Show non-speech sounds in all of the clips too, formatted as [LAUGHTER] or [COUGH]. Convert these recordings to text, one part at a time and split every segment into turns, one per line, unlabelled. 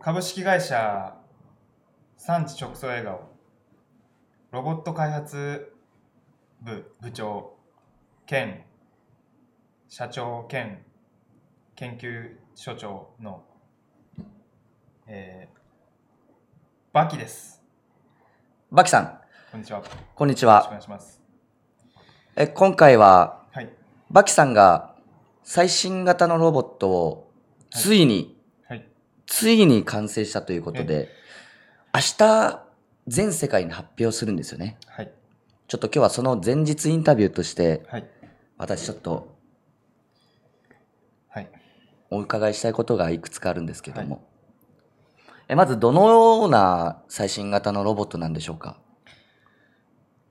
株式会社産地直送笑顔ロボット開発部部長兼社長兼研究所長の、えー、バキです
バキさん、
こんにちはよろしく
こんにち
お
は。
願いします
え今回は、
はい
バキさんが最新型のロボットを
はい
ついに、
はい
ついに完成したということで、明日、全世界に発表するんですよね。
はい
ちょっと今日はその前日インタビューとして、
はい
私ちょっと
はい
お伺いしたいことがいくつかあるんですけども。えまず、どのような最新型のロボットなんでしょうか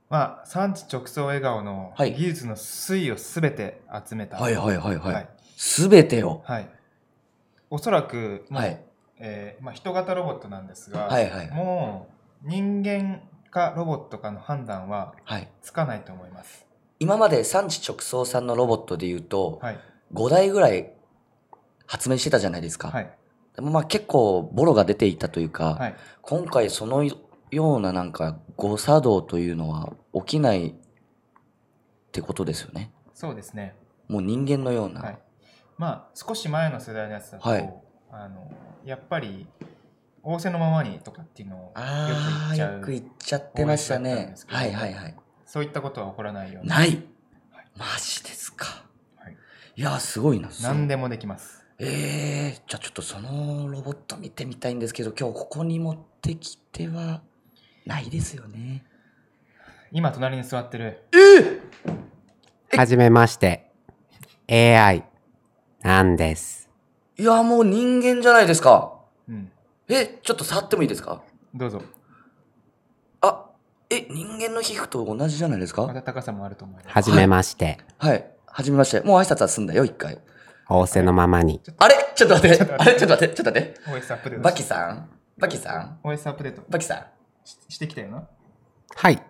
まあ産地直送笑顔の
はい
技術の推移をすべて集めた
はいはいはい
は
はい
い。
すべてを。
はいおそらくもう
はい。
えーまあ、人型ロボットなんですが、
はいはい。
もう人間かロボットかの判断は
はい。
つかないと思います。
今まで産地直送さんのロボットで言うと、
はい。
5台ぐらい発明してたじゃないですか。
はい。
でもまあ結構ボロが出ていたというか、
はい。
今回そのようななんか誤作動というのは起きないってことですよね。
そうですね。
もう人間のような。
はい。まあ、少し前の世代のやつだと、
はい
あの、やっぱり、仰せのままにとかっていうのをよ
あ
く言っ
あ、
ちゃ
よ
う。
く言っちゃってました
応援だったん
ね
です。けど
はいはいはい。
そういったことは起こらないように。
ないマジですか。
はい
い、やー、すごいな。そう
何でもできます。
ええじゃあちょっとそのロボット見てみたいんですけど、今日ここに持ってきてはないですよね。
今、隣に座ってる、
はじめまして。AI なんです。
いや、もう人間じゃないですか。
うん、
え、ちょっと触ってもいいですか
どうぞ。
あ、え、人間の皮膚と同じじゃないです
ま
か
た高さもあると思います。
はじめまして。
はい。はじめまして。もう挨拶は済んだよ、一回。
仰せのままに。
あれちょっと待って。 [LAUGHS]
ちょっと
あ
待って
れちょっと待って。ちょっと待って。
OS アップデート。
バキさんバキさん
ん。OS アップデート
バキさん
ししてきたよな。
はい。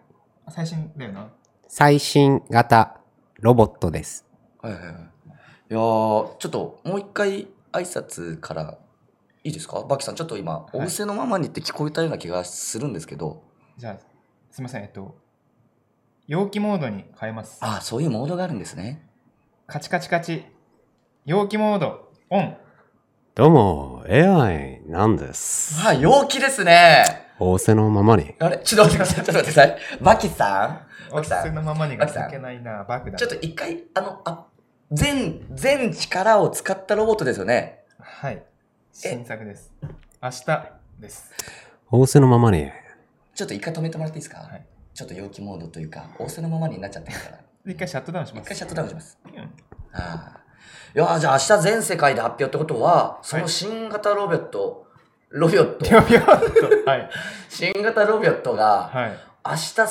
最新だよな。
最新型ロボットです。
はいはいはい。いやー、ちょっともう一回挨拶からいいですかバキさん、ちょっと今、
い
おせのままにって聞こえたような気がするんですけど、
じゃあ、すみません、えっと、容器モードに変えます。
ああ、そういうモードがあるんですね。
カチカチカチ。容器モード、オン。
どうも、AI なんです。
ああ、陽気ですね。
仰せのままに。
あれちょっと待ってください。ちょっと待ってください。バキさんバ
お
キさ
す
ん
のままにが
バキさん
いけないな、バグだ。
ちょっと一回、あの、あ、全、全力を使ったロボットですよね。
はい。新作です。明日です。
仰せのままに。
ちょっと一回止めてもらっていいですか、
はい
ちょっと陽気モードというか、おせのままになっちゃってる [LAUGHS] から。
一回シャットダウンし
一
ます。
回シャットダウンします。
うん
ああ。いやーじゃあ明日全世界で発表ってことは、その新型ロボット、ロボット、
ピョピョンとはい。
新型ロボットが、
はい。
明日生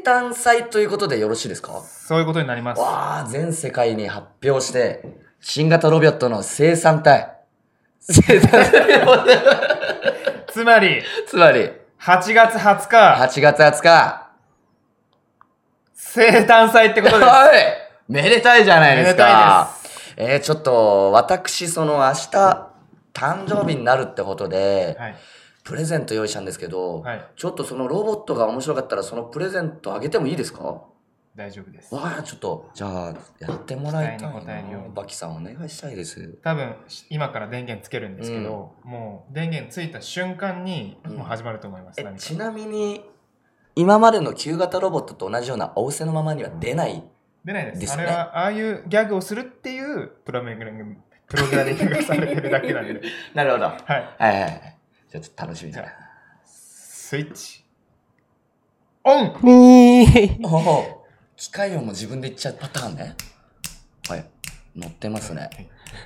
誕祭ということでよろしいですか
そういうことになります。
わあ、全世界に発表して、新型ロボットの生産体。生産体。
つまり、
つまり、
8月20日、
8月20日。
生誕祭ってことです。
はいめでたいじゃない
め
で
ですた
か。えー、ちょっと、私、その明日、誕生日になるってことで
いです。、はい。
プレゼント用意したんですけど、
はい。
ちょっとそのロボットが面白かったらそのプレゼントあげてもいいですかわ
大丈夫です。
あちょっとじゃあやってもらいた
期待
い
に応えるよう
な
に
バキさんお願いしたいです
多分し今から電源つけるんですけど、もう電源ついた瞬間に
うん
もう始まると思います、
え
何か
ちなみに今までの旧型ロボットと同じような仰せのままには出ない
出ないです
です
あ
ね
れはああいうギャグをするっていうプログラミングプログラミングがされてるだけ
[LAUGHS]
なんで
なるほどはい
はい
はいはいじゃあちょっと楽しみだ
じ
な
スイッチオン
に
おお機械音も自分で言っちゃうパターンねはい乗ってますね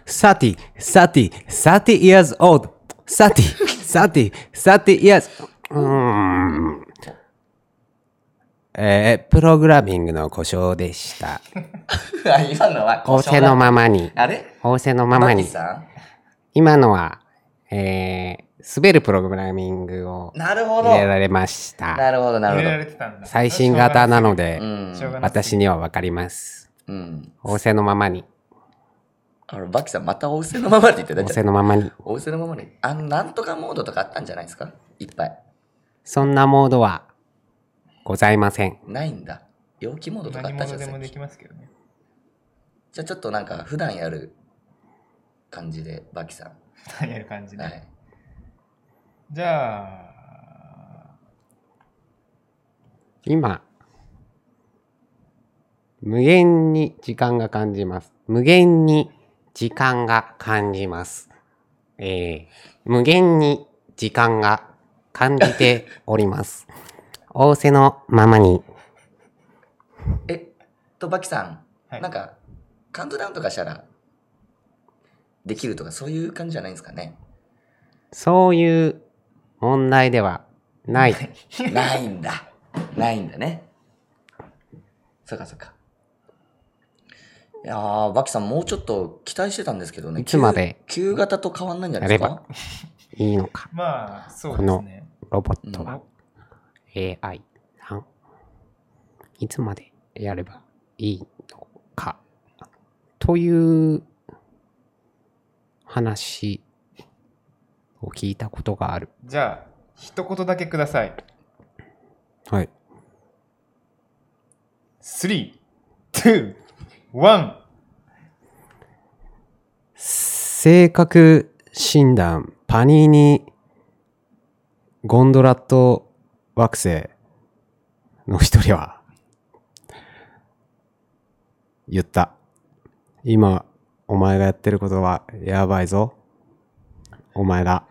30、30、30 years old。30、30、30 years。うーん。えー、プログラミングの故障でした。
あ今のは
仰せのままに。
あれ
仰せのまま
バキ
に。
さ
今のは、えー、滑るプログラミングを
んなるほど
入れられました。
なるほどな
入れら
る
れてたんだ
最新型なので
ほどう、ん
しょうがない
私にはわかります。
うん
仰せのままに。
あのバキさん、またお布施のままで言ってた
お
じ
せ
ゃん。
のままに。
お布施のままで。あの、なんとかモードとかあったんじゃないですかいっぱい。
そんなモードはございません。
ないんだ。陽気モードとかあ
何
ったじゃ
者で
ん。さ
も
っ
で
き
きますけどね。
じゃあちょっとなんか、普段やる感じで、バキさ
何やる感じ
ん。
で。
はい。
じゃあ、
今、無限に時間が感じます。無限に時間が感じます。えー、無限に時間が感じております。
[LAUGHS]
仰せのままに。
えと、バキさん、
はい
なんか、カウントダウンとかしたら、できるとか、そういう感じじゃないんですかね。
そういう問題ではない。
[LAUGHS] ないんだ。ないんだね。そっかそっか。いやー、バキさん、もうちょっと期待してたんですけどね。
いつまで
旧旧型と変わんないんじゃないです
やれ
か
いいのか。
まあ、そうですね。
ロボット
こ
は
の
AI さん。いつまでやればいいのか。という話を聞いたことがある。
じゃあ、一言だけください。
はい。
3、2、1。
性格診断、パニーニ、ゴンドラット惑星の一人は、言った。今、お前がやってることはやばいぞ。お前だ。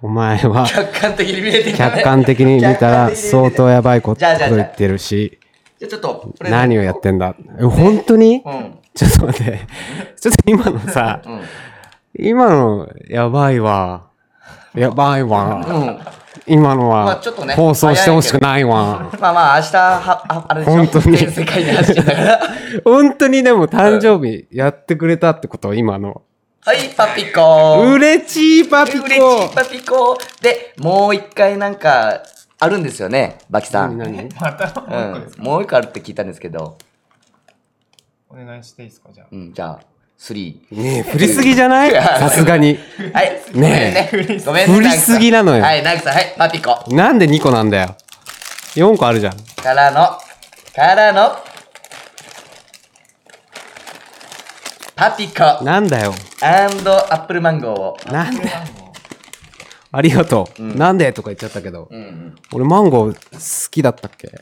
お前は
[LAUGHS] 客観的に見えてきた、ね。
客観的に見たら
客観的に見え
相
て
当やばいこ
[LAUGHS]
と
じゃあじゃあじゃあ
言ってるし、
じゃあちょっと、プレゼン
何をやってんだ。え本当に
うん。
ちょっと待って。ちょっと今のさ、
うん。
今の、やばいわ。やばいわ。
うん。
今の
まあ
は
ちょっとね、
放送してほしくないわ。
まあまあ、明日は、ああれでしょ
本当に
全世界で発信だから。
[LAUGHS] 本当にでも誕生日やってくれたってこと、今の。
はい、パピコ
うれしいパピコ
うれしいパピコで、もう一回なんか、あるんですよね、バキさん。
何何
また
う
もう一個で
ん
す、か、
もう一個あるって聞いたんですけど、
お願いしていいですかじゃあ。
うん、じゃあ、3。
ねえ、振りすぎじゃない
いや
さすがに。
はい、ごめん
ね
ね。ごめんね。
振りすぎなのよ
はい、ナギさん、はい、パピコ。
なんで2個なんだよ。4個あるじゃん。
からの、からの、パピコア
なんだよ。
ンドアップルマンゴーを。
なん
これ
で、
番号
ありがとう。なんでとか言っちゃったけど
う。んうん。
俺マンゴー好きだったっけこ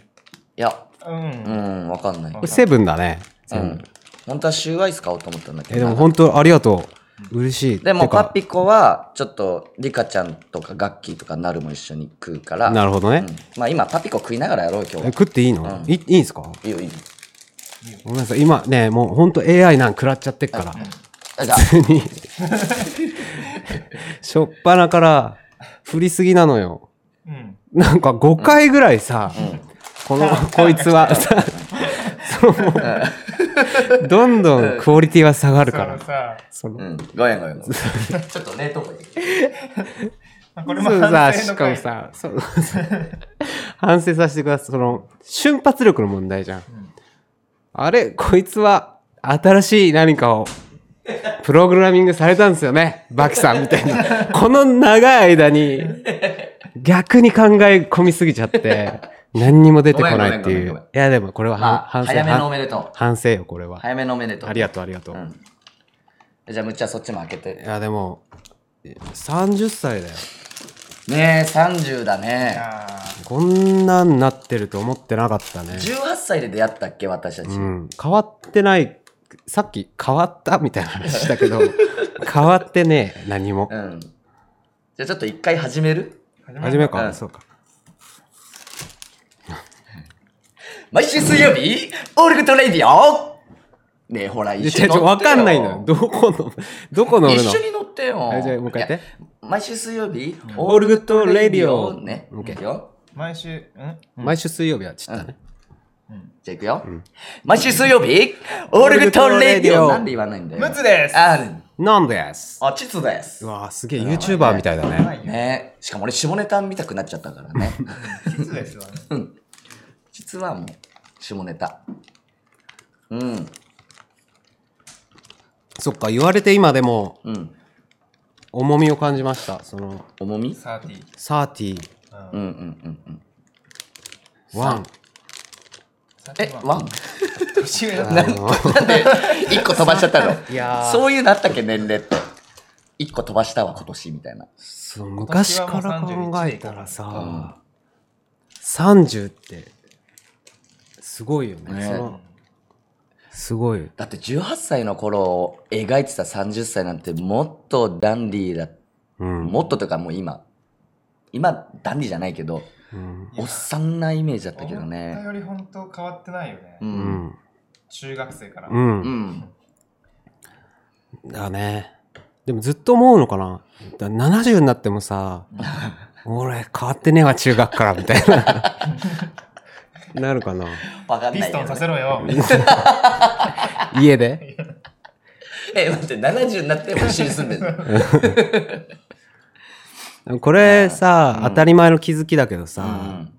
いや、
うん
う。ん、わかんない。
れセブンだね。
うん。本当はシューアイス買おうと思ったんだけど。
え、でも本当ありがとう。嬉しい。
でも
てか
パピコはちょっとリカちゃんとかガッキーとかなるも一緒に食うから
なるほど
う。
ね
んまあ今パピコ食いながらやろう今日
え
は
食っていいのいいいんすか
いいよいいよ
ごめんなさい、今ね、もうほんと AI なん食らっちゃってっから、
あ
[LAUGHS]
じゃあ
普通に。しょっぱなから振りすぎなのよ。
うん。
なんか5回ぐらいさ、この、こいつ
[LAUGHS]
は、さ [LAUGHS] そのどんどんクオリティは下がる
そ
から
の。さ、
その
うんごめんごめんごめん
[LAUGHS]
ちょっと冷凍庫に
まあこれも
そうさ、
反省
し
の
かも
回
さ、そう [LAUGHS] 反省させてください。その、瞬発力の問題じゃん。あれ、こいつは、新しい何かを、プログラミングされたんですよね。バキさんみた
[LAUGHS]
いな。この長い間に、逆に考え込みすぎちゃって、何にも出てこないって
ごめんごめんごめん
い
ご
う。
め
い
ん
や、でもこれはは
まあ
反省。
早めのお
は
めでとう
反省よ、これは。
早めのおめでとう
ありがとう、ありがとう。
うんじゃあむっちゃんそっちも開け
い
て
や、でも、30歳だよ。
ねえ30だ
い
ね
やー
こんなんなってると思ってなかったね。
18歳で出会ったっけ私たち
うん、変わってないさっき変わったみたいな話したけど変わってねえ何
[LAUGHS]
も
うんじゃあちょっと一回始める
初めようか、
うん
そうか
毎週水曜日オールグッドレディオねえほら
い
一
や
緒に
ちょ
乗ってよ
分かんないのよどこのどこ乗るの
一緒に乗ってよ
あじゃあもう一回やって
いや毎週水曜日
オールグッドレディオ
ね
OK
いくよ
毎週、ん
毎週水曜日はちったね、
じゃあいくよ、毎週水曜日オールグッドレディ
オールグッドレディオ
オなんで言わないんだよ
ムツです
あうん
なんです
あチツで
う
す
わーすげえ YouTuber みたいだ
うま
ね
いよ。
ねしかも俺下ネタ見たくなっちゃったからね [LAUGHS]
実ですわね。
実はもう下ネタうん
そっか、言われて今でも
うん。
重みを感じました。その、
重み
30。
30、
うんうんうんうん。
1。
え、ワン
年上だ
あの
なんで、 [LAUGHS] 一個飛ばしちゃっ
[LAUGHS]
たの
いやー
そういうなったっけ、年齢って。一個飛ばしたわ、今年みたいな。
そう昔から考えたら
うん
さ、30って、すごいよね。
ね
そのすごい。
だって18歳の頃を描いてた30歳なんてもっとダンディーだ、
うん。
もっとというかもう今、今ダンディーじゃないけど、
うん。
おっさんなイメージだったけど
思った
ね。
より本当変わってないよね。
う。
うんん。
中学生から。
う。
うんん。
だね。でもずっと思うのかな。だ70になって
[LAUGHS]
もさ、俺変わってねえわ、中学から、みたい [LAUGHS] な。なるかな。
わかん
ピ
ない
ス
けど
トン
ね
させろよ。
家で
[LAUGHS] え、待って、70になっても一緒に住んで
[LAUGHS]
る。
これさ、
うん
当たり前の気づきだけど
う
さ、
ん。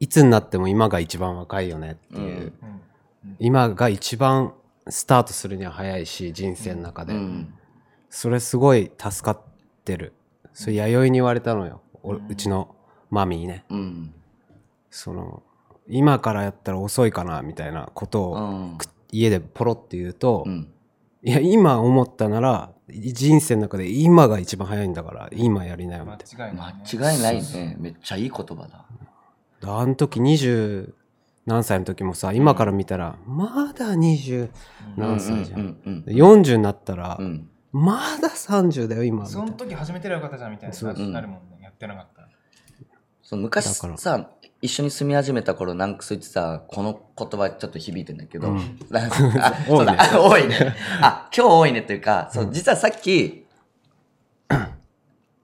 いつになっても今が一番若いよねっていう。
うん [LAUGHS]
うん
今が一番スタートするには早いし、人生の中
う
で。
ん。
それすごい助かってる。それ弥生に言われたのよ。お
うん
うちのマミーね。
うん。
その、今からやったら遅いかな、みたいなことを、
うん
家でポロって言うと、
うん。
いや、今思ったなら、人生の中で今が一番早いんだから、今やりなよ、み
間
たい
違い
間
ないね。
違いないね。めっちゃいい言葉だ。
な。あの時20何歳の時もさ、今から見たら、まだ20、
うん
何歳じゃん
うんうんうん
40になったら、
うん。うん
まだ30だよ、今。みたい
そ
な
の時始めてる方じゃんみたいな
そう
話
ん
になるもんね。やってなかったら。
そう昔
だから
さ一緒に住み始めた頃なんかそう言ってさこの言葉ちょっと響いてんだけど、
うん [LAUGHS]
あそうだあ多いねあ今日多いねというかそう実はさっ
[CLEARS THROAT]
き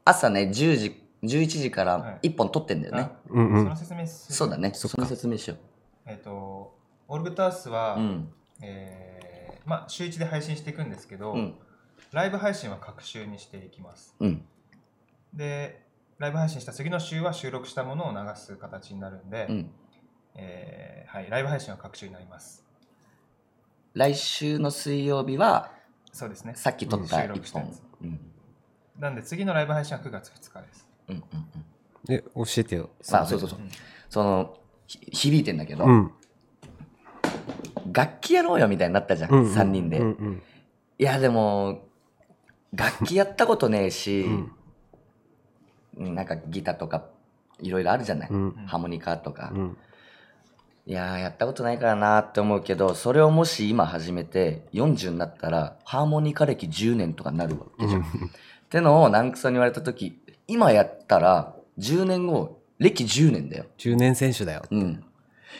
朝ね10時11時
は
から
い
1本撮ってんだよね、
あ
うんう
そ
ん
の。説明する
そうだね
そ
そ
っか
の説明しよ
えっと、オルグタースは
うう、ん
えーまあ、週1で配信していくんですけど、
うん
ライブ配信は各週にしていきます。
うん
で、ライブ配信した次の週は収録したものを流す形になるんで、
うん
えーはい、ライブ配信は各週になります。
来週の水曜日は
そうですね。
さっき撮った
うん収録
1
したや
本
つ
うん
なんで、次のライブ配信は9月2日です。
うんうんうん
え、教えてよ。
さあそうそうそうそのひ響いてんだけど、
うん。
楽器やろうよみたいになったじゃん、
うん。
3人で、
うんうん。
いやでも楽器やったことねえし、
うん
なんかギターとかいろいろあるじゃない、
うん
ハーモニカとか、
うん。
いやーやったことないからなーって思うけどそれをもし今始めて40になったらハーモニカ歴10年とかになるわけじゃん、ってのを南草に言われた時今やったら10年後歴10年だよ
中年選手だよ。
うん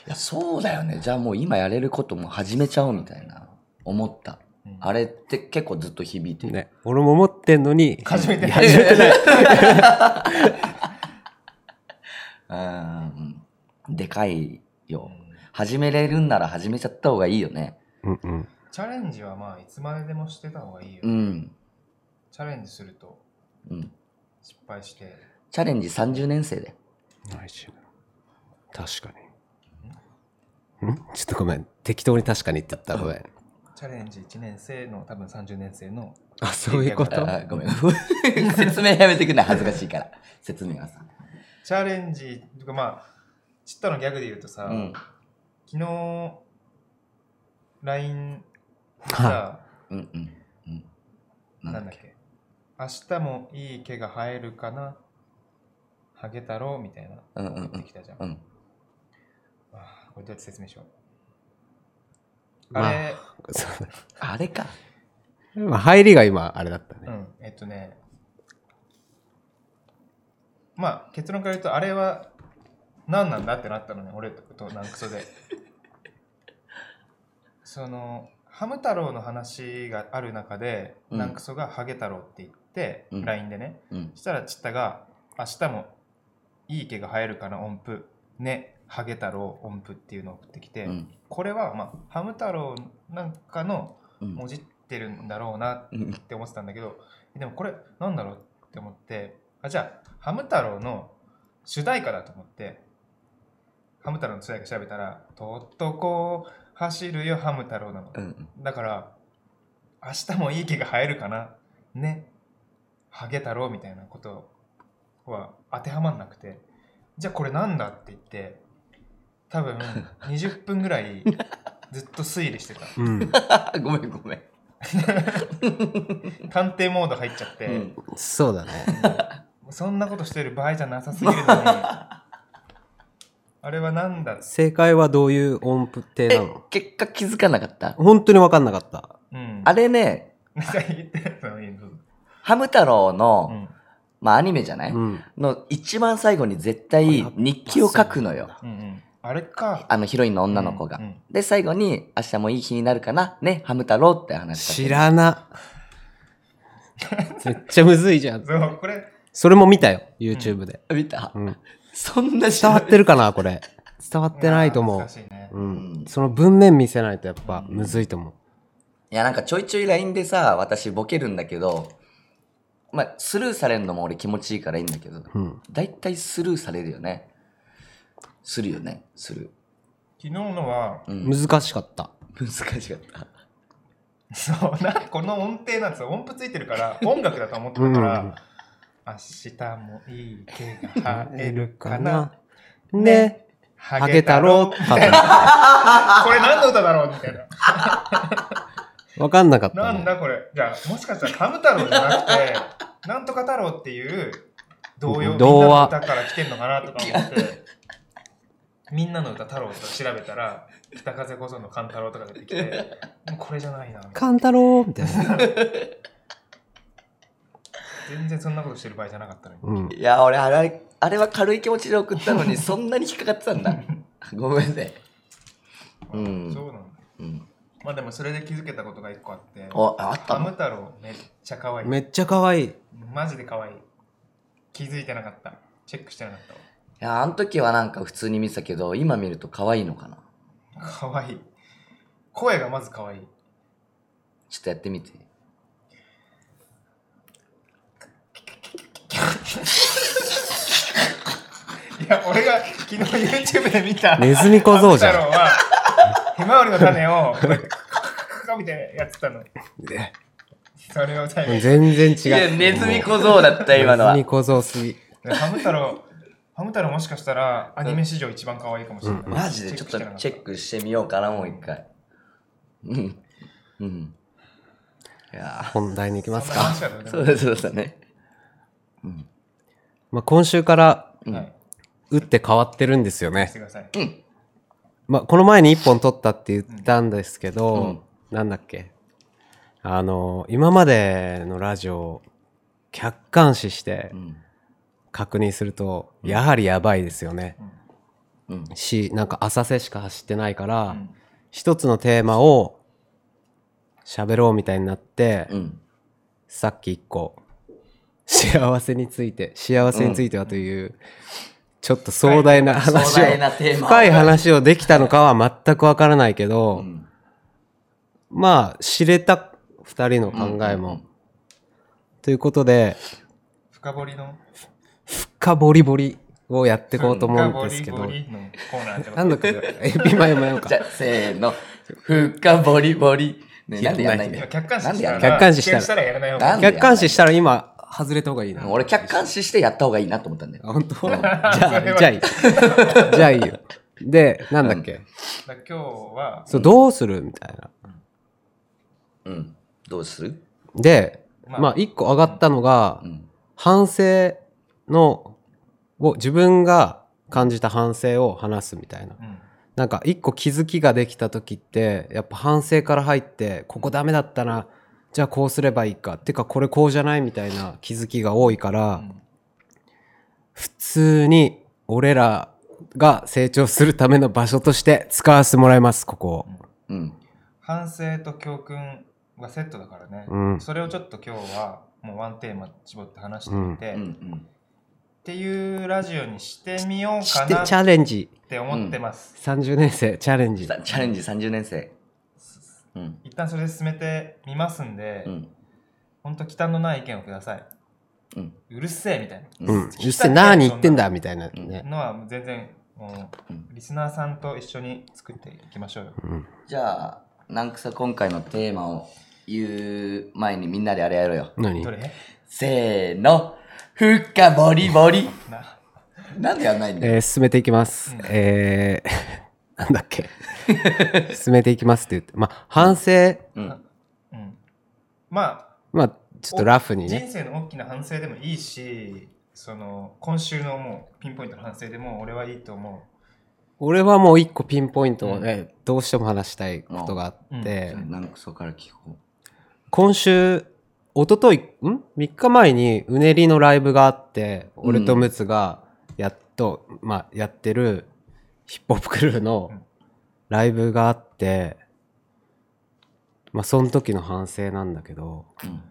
いやそうだよねじゃあもう今やれることも始めちゃおうみたいな思った
うん
あれって結構ずっと響いてる
ね。俺も持ってんのに、
初めて
いや初めてない。
[LAUGHS] うんでかい
う
よ [LAUGHS]
ん
始めれるんなら始めちゃった方がいいよね
うんうん。
チャレンジはまあ、いつまででもしてた方がいいよ。
うん、
チャレンジすると
うん、
失敗して、
チャレンジ30年生で
ないし確かに。んちょっとごめん。適当に確かにって言ったらごめん。
チャレンジ1年生の、多分30年生の、
あ、 [LAUGHS] そういうこ
あ
と
ーごめん [LAUGHS] 説明やめてくんない恥ずかしいから説明はさ、
チャレンジ、とかまあ、ちったのギャグで言うとさ、
うん
昨日、LINE で
は
さ、
うんうんうんな
なん
んだ
だっ
っけ
け、明日もいい毛が生えるかな、ハゲ太郎みたいな、
うんうんうん
送ってきたじゃん。
うん
あーこれどうやって説明しよう。
まあ
あれ、
い。そう
あれか
だまあ入りが今、あれだったね。
うん、えっとね、まあ結論から言うと、あれは何なんだってなったのね、俺となんクソ
[LAUGHS]
で。その、ハム太郎の話がある中で、
うん
なんクソがハゲ太郎って言って、
うん
LINE でね、
うん
そしたらチッタが、明日もいい毛が生えるかな音符、ね、ハゲ太郎音符っていうのを送ってきて、
うん
これは、まあ、ハム太郎なんかの
うん
もじってるんだろうなっ
うん
って思ってたんだけどでもこれなんだろうって思ってあじゃあハム太郎の主題歌だと思ってハム太郎の主題歌調べたら「とっとこ走るよハム太郎」なの
うん [LAUGHS]
だから明日もいい毛が生えるかなねハゲ太郎みたいなことは当てはまんなくてじゃあこれなんだって言って多分20分ぐらいずっと推理してた
うん。
ごめんごめん。
探偵モード入っちゃって、
うん
そうだね。
[LAUGHS] そんなことしてる場合じゃなさすぎるのにあれはなんだ
正解はどういう音符程
え
なの、
結果気づかなかった。
本当に分かんなかった。
うん
あれね、
なんか言ってたのいいの
ハム太郎の、
うん
まあアニメじゃない、
うん。
の一番最後に絶対日記を書くのよ。
うんうんあれか
あのヒロインの女の子が。
うんうん
で、最後に、明日もいい日になるかなね、ハム太郎って話だった
知ら [LAUGHS] な。めっちゃむずいじゃん。
そうこれ
それも見たよ、YouTube で。
見た、
うん
そんな知
伝わ
ら
っ
ん
てるかな、これ。伝わってないと思
難しいね
う。う
うん
ん。その文面見せないとやっぱむずいと思
いや、なんかちょいちょい LINE でさ、私ボケるんだけど、まあ、スルーされるのも俺気持ちいいからいいんだけど、
う。うん。
だいたいスルーされるよね。するよね、する。
昨日のは
うん、難
難しかった。
しかった。
そうなこの音程なんですよ音符ついてるから音楽だと思ってた
う
か
ん
ら。明日もいい毛が生えるか
[LAUGHS]
な。
ね。
ハ
ハゲ太郎
これ何の歌だろうみたいな
分かんなかっ
な
た
ん
ね。
だこれじゃあもしかしたらハム太郎じゃなくてなんとか太郎っていう童謡
童話
みんなの歌から来てんのかなとか思ってみんなの歌太郎と調べたら北風こその勘太郎とか出てきてもうこれじゃないなみたいな
カンタロウみたいな。
全然そんなことしてる場合じゃなかったのに
うん。
いや、俺、あれ、あれは軽い気持ちで送ったのに、そんなに引っかかってたんだ。ごめんね。うん
そうなんだ
うん。
まあでもそれで気づけたことが一個あって
あ、あった
ハム
の
太郎めっちゃ可愛い
めっちゃ可愛い。
マジで可愛い気づいてなかったチェックしてなかっ
いや、あの時はなんか普通に見てたけど、今見ると可愛いのかな。
たわ可愛い声がまず可愛い
ちょっとやってみて。
いや、俺が昨日 YouTube で見た、
ネズミ小僧じゃん
ハム太郎は、ひまわりの種を、こうやってカカカカカみたいなやってたの。それを最後に。
全然違う。
いや、ネズミ小僧だった、今のは
ネズミ。小僧すぎ。
ハム太郎、ハム太郎もしかしたらアニメ史上一番可愛いかもしれない。
マジでちょっとチェッ
ク。
クしてみようかな、もう一回。うん。うん。いや
本題に行きます
そんな
か。
話はどう
ー
で
そ
もい
う
い
だ、そうだね。うん。
まあ、今週から
うん。
はい
打って変わってるんですよ
し
ね。
てください。
うん。
まあ、この前に1本取ったって言ったんですけど、
うん
なんだっけ。あの、今までのラジオを客観視して
うん。
確認すると、やはりやばいですよね。
うん。
し、なんか浅瀬しか走ってないか
う
ら、
ん
一つのテーマを喋ろうみたいになって、
うん。
さっき一個幸せについて幸せについてはという、ちょっと壮大な話
壮
を
大なテーマ。
深い話をできたのかは全くわからないけ
う
ど、
ん。
まあ知れた二人の考えも、ということで
深掘りの。
深ボリボリをやっていこうと思うんですけ
深
ど
掘りボリのコーナーってこと
何の曲だエビマヨマヨか
じゃあ、せーの。深掘り掘り。ね、なんでやんないんだ
い
よ
や。客観視
なんで
し
や
た
ん
ら、
ない
客観視したら
否定やらない方がい
ないん。でやんない
客観視したら今外れた方がいいな
俺、客観視してやった方がいいなと思ったんだよ。
あ本当じ
そ
ゃ
れ
あ
は
じゃあいいじゃあいいよでなんだっけ、
だから今日は、
そうどうするみたいな
うん。どうする
で、
ま
ま
あ
あ、一個上がったのが、
うん。
反省の、を、自分が感じた反省を話すみたいな。
うん
なんか、一個気づきができた時って、やっぱ反省から入って、ここダメだったな、じゃあこうすればいいか、てかこれこうじゃないみたいな気づきが多いか
う
ら、
ん
普通に俺らが成長するための場所として使わせてもらいます、ここを。
うん。
反省と教訓がセットだからね、
うん
それをちょっと今日はもうワンテーマ絞って話してみて、
うん。う
っ
ん。
ていうラジオにしてみよう
し
か
て
な
チャ
っ
レンジ。
て思ってます、
30年生チャレンジ。
さチャレンジ30年生。うん。
一旦それで進めてみますんで、
うん。
ほんと忌憚のない意見をください
うん。
うるせえみたい
うん。
きたい
実際何言ってんだみたいなね。
なのは全然もう
うん
リスナーさんと一緒に作っていきましょうよ
うん
じゃあ、なんかさ、今回のテーマを言う前にみんなであれやろうよ。
何
どれ
せーの、深掘り掘り。
な
なんでやんないんだよ。
えー進めていきます。
うん
えー [LAUGHS] なんだっけ。進めていきますって言って、まあ、反省、
うん。
うんま
まあ、ちょっとラフ
あ
に
人
ね。
生の大きな反省でもいいしその今週のもうピンポイントの反省でも俺はいいと思
俺はもう一個ピンポイントをね、どうしても話したいことがあって、
なんかそこから聞こ
今週、一昨日ん ?3 日前にうねりのライブがあって、俺とムツがやっと、まあ、やってるヒップホップクルーの
うん
ライブがあって、まあ、その時の反省なんだけど、
う。うん。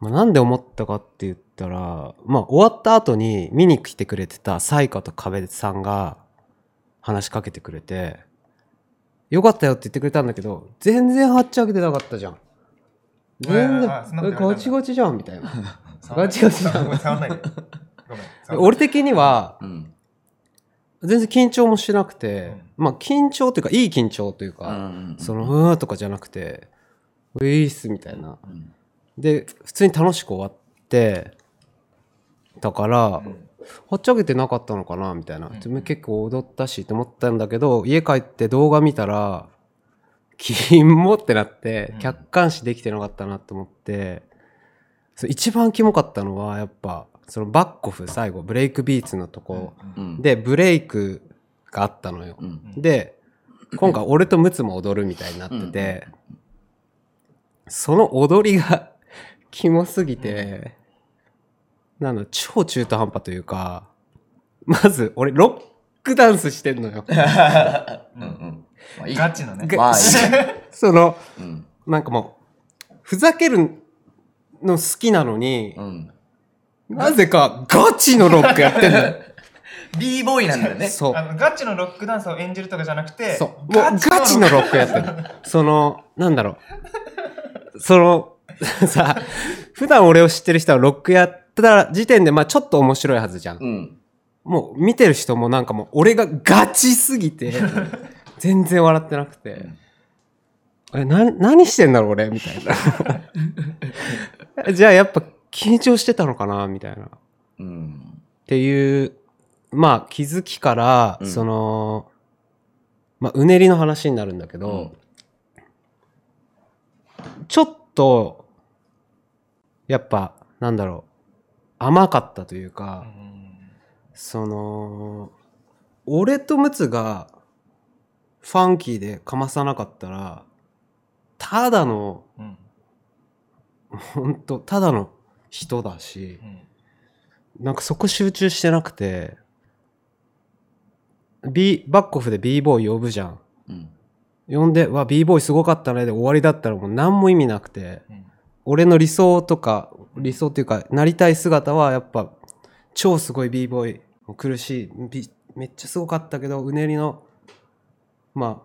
まあ、なんで思ったかって言ったら、まあ、終わった後に見に来てくれてたサイカと壁さんが話しかけてくれて、よかったよって言ってくれたんだけど、全然はっちゃけてなかったじゃん。全
え
然、
ーあそんなこと言われたんだ
ガチガチじゃんみたい
[LAUGHS]
な。
う
ガチガチだ
触んない触んないでごめん触んない
俺的には、
うん。
全然緊張もしなくて、まあ緊張というか、いい緊張という
うんう
か、
ん。
その、うーとかじゃなくて、ウィースみたいな。
うん。
で、普通に楽しく終わって、だから、はっちゃけてなかったのかなみたいな、
うん
でも結構踊ったしと思ったんだけど家帰って動画見たらキモってなって
うん
客観視できてなかったなと思って、そう一番キモかったのはやっぱそのバッコフ最後ブレイクビーツのとこ、
う
うん
ん。、
でブレイクがあったのよ、
うん。
で今回俺とムツも踊るみたいになってて、その踊りが [LAUGHS] キモすぎて、なんだ超中途半端というかまず俺ロックダンスしてんのよ
うんうん。まあいい。
ガチのね
が
まあい
その
い。
[LAUGHS]
うん。
なんかもうふざけるの好きなのに
う、ん。
なぜかガチのロックやってんのよ
b ボーイなん [LAUGHS] だよね。
そう
あのガチのロックダンスを演じるとかじゃなくて
そう。もうガチのロックやってる。 [LAUGHS] その、なんだろう。その、 [LAUGHS] さ、普段俺を知ってる人はロックやってた時点で、まあちょっと面白いはずじゃん。
うん。
もう見てる人もなんかもう俺がガチすぎて、全然笑ってなくて。え、な、何してんだろう俺みたい [LAUGHS] な。じゃあやっぱ緊張してたのかなみたいな。
うん。
っていう、まあ、気づきから、
うん
その、まあ、うねりの話になるんだけど、ちょっと、やっぱ、なんだろう、甘かったという
う
か、
ん
その、俺とムツが、ファンキーでかまさなかったら、ただの、
うん
ほんと、ただの人だし
う、ん
なんかそこ集中してなくて、B、バックオフで b ボーイ呼ぶじゃん。
うん。
呼んで、わ、b ボーイすごかったねで終わりだったらもう何も意味なくて、
うん
俺の理想とか、理想っていうか、なりたい姿はやっぱ、超すごい b ボーイ、苦しい、B- めっちゃすごかったけど、うねりの、ま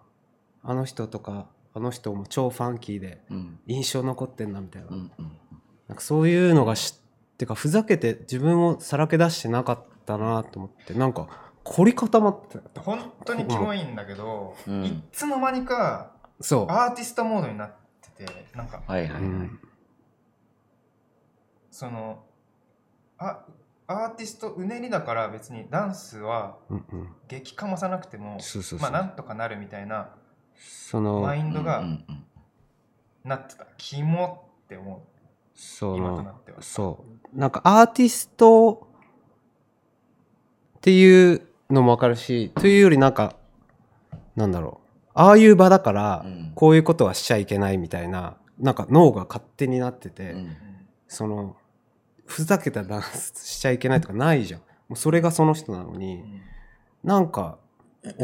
あ、あの人とか、あの人も超ファンキーで、
うん。
印象残ってんなみたいな。
うん。うん。
なんかそういうのがし、ってかふざけて自分をさらけ出してなかったなと思って、なんか凝り固まってた。
本当にキモいんだけど、
うん
いっつの間にか
そ。
アーティストモードになっててなんか
はいはいうは
う
い。
ん。
そのあアーティストうねりだから別にダンスは
うんうん。
激かまさなくても
そうそうそ
ま
う。
あなんとかなるみたいな
そ
マイ
の、
ンド
う
が
んうん
なってたキモって思
そ
今とな
の
って、は
そう。なんかアーティストっていうのもわかるし、というよりなんか、なんだろう。ああいう場だから
うん、
こういうことはしちゃいけないみたいな、なんか脳が勝手になってて、
うん
う、うん
そのふざけたダンスしちゃいけないとかないじゃんもうそれがその人なの
う
に
ん
なんか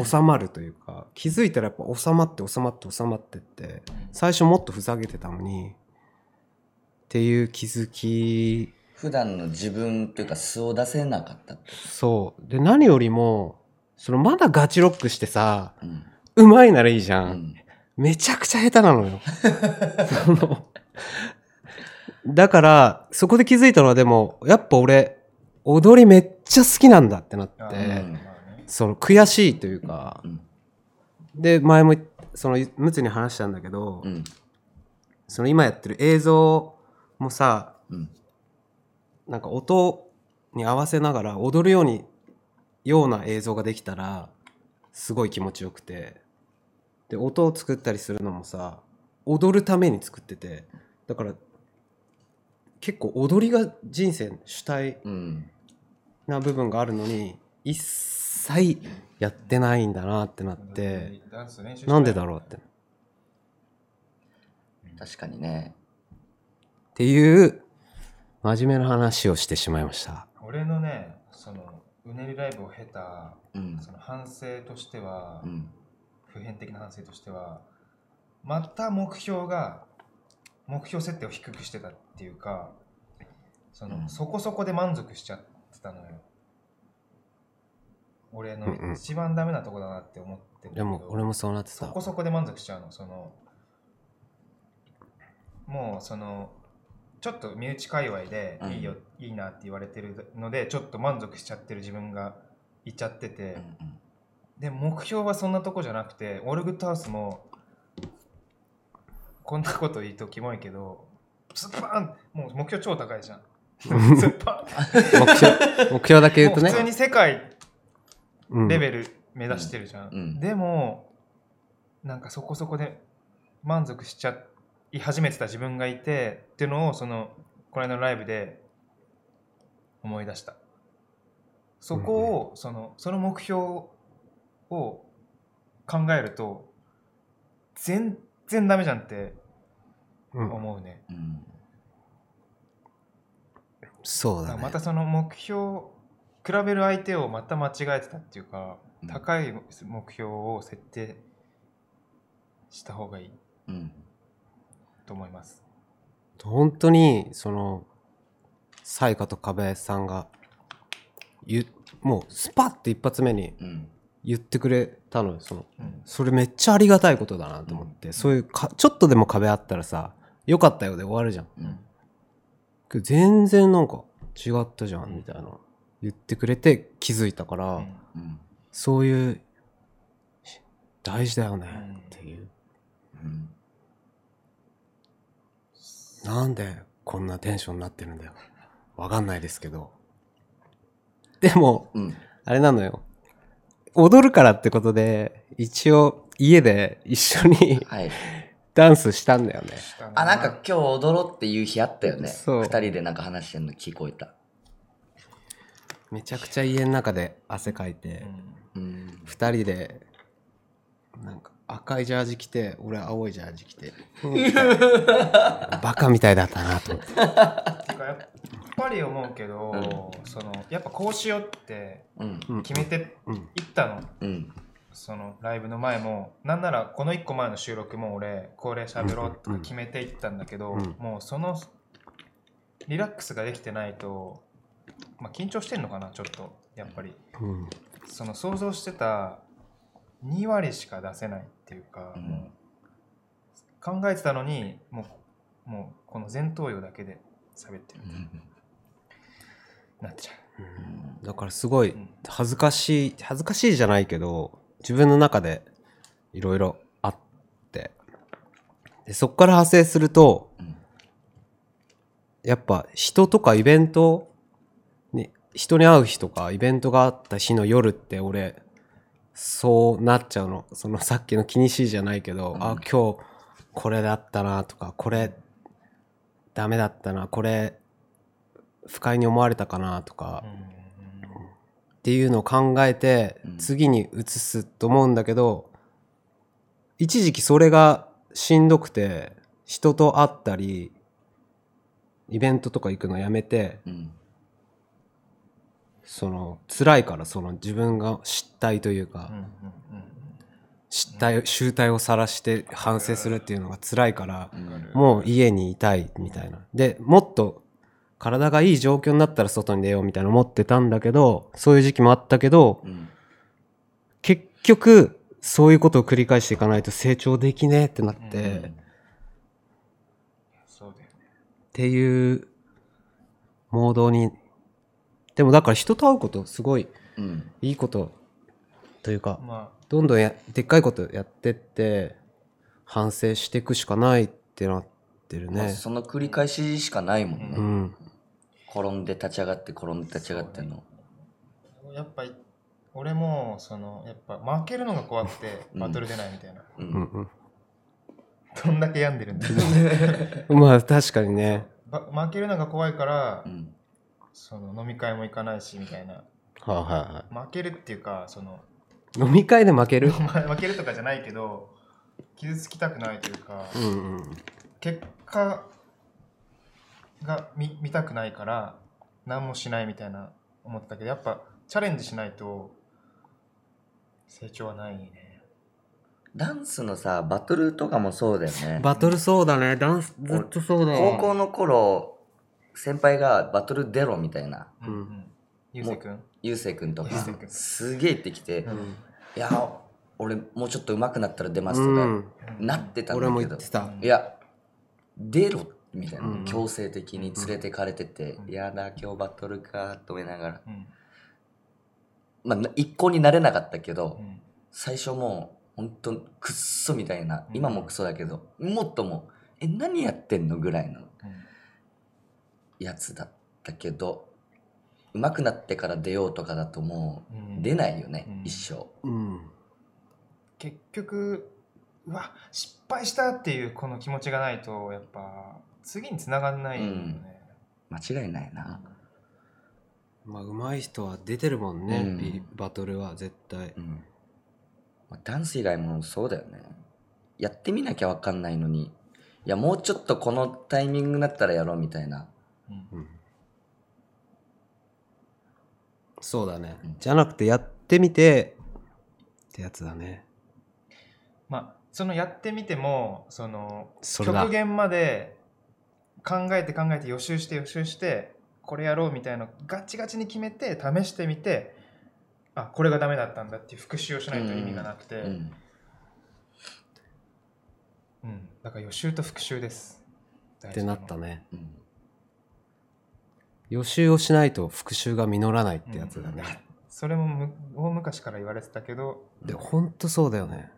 収まるというか気づいたらやっぱ収まって収まって収まってって最初もっとふざけてたのにっていう気づき
普段の自分というか素を出せなかったって。
そうで何よりもそのまだガチロックしてさ
うん。
うまいならいいじゃ、
うんん。
めちゃくちゃ下手なのよそのだからそこで気づいたのはでもやっぱ俺踊りめっちゃ好きなんだってなって、
あーま
で
あね
その悔しいというか
うん。
で前もそのムツに話したんだけど、
うん。
その今やってる映像もさ、
うん
なんか音に合わせながら踊るようにような映像ができたらすごい気持ちよくてで音を作ったりするのもさ踊るために作っててだから結構踊りが人生の主体
うん。
な部分があるのに一切やってないんだなってなって
ダンス練習しい
なんでだろうって。っ
確かにね。
ていう真面目な話をしてしまいました。
俺のねそのうねりライブを経た
うん。
その反省としては、
うん。
普遍的な反省としてはまた目標が目標設定を低くしてたっていうかその、
うん
そこそこで満足しちゃってたのよ俺の
うんうん
一番ダメなとこだなって思ってるんだ
で
けど
も俺もそうなって
そ
た。
こそこで満足しちゃうのそのもうそのちょっと身内界隈で
うん
いいよ、いいなって言われてるのでちょっと満足しちゃってる自分がいちゃってて、
うん
で目標はそんなとこじゃなくてオルグッドハウスもこんなこと言うとキモいけどスパーンもう目標超高いじゃんスパーン
目標目標だけ言う
もう
と
普通
ね。
に世界
うん
レベル目指してるじゃん、
うんうん
でもなんかそこそこで満足しちゃい始めてた自分がいてっていうのをそのこの間のライブで思い出したそこをそのその目標を考えると全然ダメじゃんって
うん
思うね、
うんうん
そ
だ
うだ
から
ね。
またその目標比べる相手をまた間違えてたっていうか、
うん
高い目標を設定した方がいい
うん。
と思います。
本当にその才加と壁さんがゆもうスパッて一発目に
うん。
言ってくれたのよその
うん
それめっちゃありがたいことだなと思って、そういうかちょっとでも壁あったらさ「よかったよ」で終わるじゃん
うん。
けど全然なんか違ったじゃんみたいな言ってくれて気づいたから、
うん
うん。
そういう大事だよねっていう、
うん。
なんでこんなテンションになってるんだよわかんないですけどでも
うん。
あれなのよ。踊るからってことで、一応家で一緒
[LAUGHS]
に
はい。
ダンスしたんだよね。
した
あ、なんか今日踊ろうっていう日あったよね。
そう
二人でなんか話してんの聞こえた。
めちゃくちゃ家の中で汗かいうて、
ん
うん。
二、人で、なんか赤いジャージ着て、俺青いジャージ着て、バカみたいだったなと思って。
てかやっぱり思うけど、そのやっぱこうしようって
うん。
決めて
うん。
いったの。
うん。
そのライブの前もなんならこの1個前の収録も俺これ喋ろうと
うんう
か
んうん
決めていったんだけど、
うん
もうそのリラックスができてないと、まあ、緊張してんのかなちょっとやっぱり
うん。
その想像してた2割しか出せないっていうか、
うん
もう考えてたのにもうもうこの前頭葉だけで喋ってるなっちゃ
だからすごい
うん
恥ずかしい、恥ずかしいじゃないけど、自分の中でいろいろあって、でそこから派生すると、
うん
やっぱ人とかイベントに、人に会う日とかイベントがあった日の夜って俺、そうなっちゃうの。そのさっきの気にしいじゃないけど、
うん
あ、今日これだったなとか、これダメだったな、これ不快に思われたかなとか
う、
っていうのを考えて
うん
次に移すと思うんだけど、一時期それがしんどくて人と会ったりイベントとか行くのやめて
うん。
その辛いからその自分が失態というか、
うんうん
失態集態を晒して反省するっていうのが辛いから
う、ん
うんうん
もう家にいたいみたいな。で、もっと体がいい状況になったら外に出ようみたいな思ってたんだけど、そういう時期もあったけど、
うん。
結局、そういうことを繰り返していかないと成長できねえってなって、
うん
っ
そうだよね
ていう、モードに。でもだから人と会うこと、すごい
うん。
いいこと、というか、
ま
どんどんやでっかいことやってって、反省していくしかないってなっってる
まあ
ね。
その繰り返ししかないもんね、
うん。
転んで立ち上がって転んで立ち上がっての
やっぱり俺もそのやっぱ負けるのが怖くて
うん
バトル出ないみたいな、
う
うんん
どんだけ病んでるんだ
うん。まあ、確かにね。
ば負けるのが怖いから、
うん
その飲み会も行かないしみたいな
はいはいは
負けるっていうかその
い。飲み会で負
[LAUGHS]
ける
お前負けるとかじゃないけど傷つきたくないというか
うんうん。
結果が見見たくないから何もしないみたいな思ってたけどやっぱチャレンジしないと成長はないね
ダンスのさバトルとかもそうだよね
バトルそうだね。ダンスずっとそうだ
高
よ。
校の頃先輩がバトル出ろみたいな
うんうんゆうせいくん
ゆうせいくんとか
ゆうせいくん
すげえ言ってきて
う
うん
「いや俺もうちょっと上手くなったら出ます」と
う
か
ん。
なってたん
俺も言
だ
っ
け
て
ど
た。
「いや出ろ」みたい
うん
な強制的に連れてかれてて
う
「
ん
いやだ今日バトルか」と思いながら
うん
まあな一向になれなかったけど
うん
最初もう本当クッソみたいな
うん
今もクソだけどもっともう「え何やってんの?」ぐらいの
うん
やつだったけど上手くなってから出ようとかだとも
う
うん出ないよね、
うん
一生
うん。
結局うわ失敗したっていうこの気持ちがないとやっぱ次に繋がんないよね、
間違いないな、
まあ、上手い人は出てるもんね、
うん
ビバトルは絶対
う。んまあダンス以外もそうだよねやってみなきゃ分かんないのにいやもうちょっとこのタイミングだったらやろうみたいな
うん
うんそうだね
うん。
じゃなくて、やってみて、ってやつだね。
まあそのやってみてもその
それだ
極限まで考えて考えて予習して予習してこれやろうみたいなのガチガチに決めて試してみてあこれがダメだったんだっていう復習をしないと意味がなくて、
う、
うんんだから予習と復習ですっ
ってなったね。
うん
予習をしないと復習が実らないってやつだね。
それもむ大昔から言われてたけど
で、ほんとそうだよね。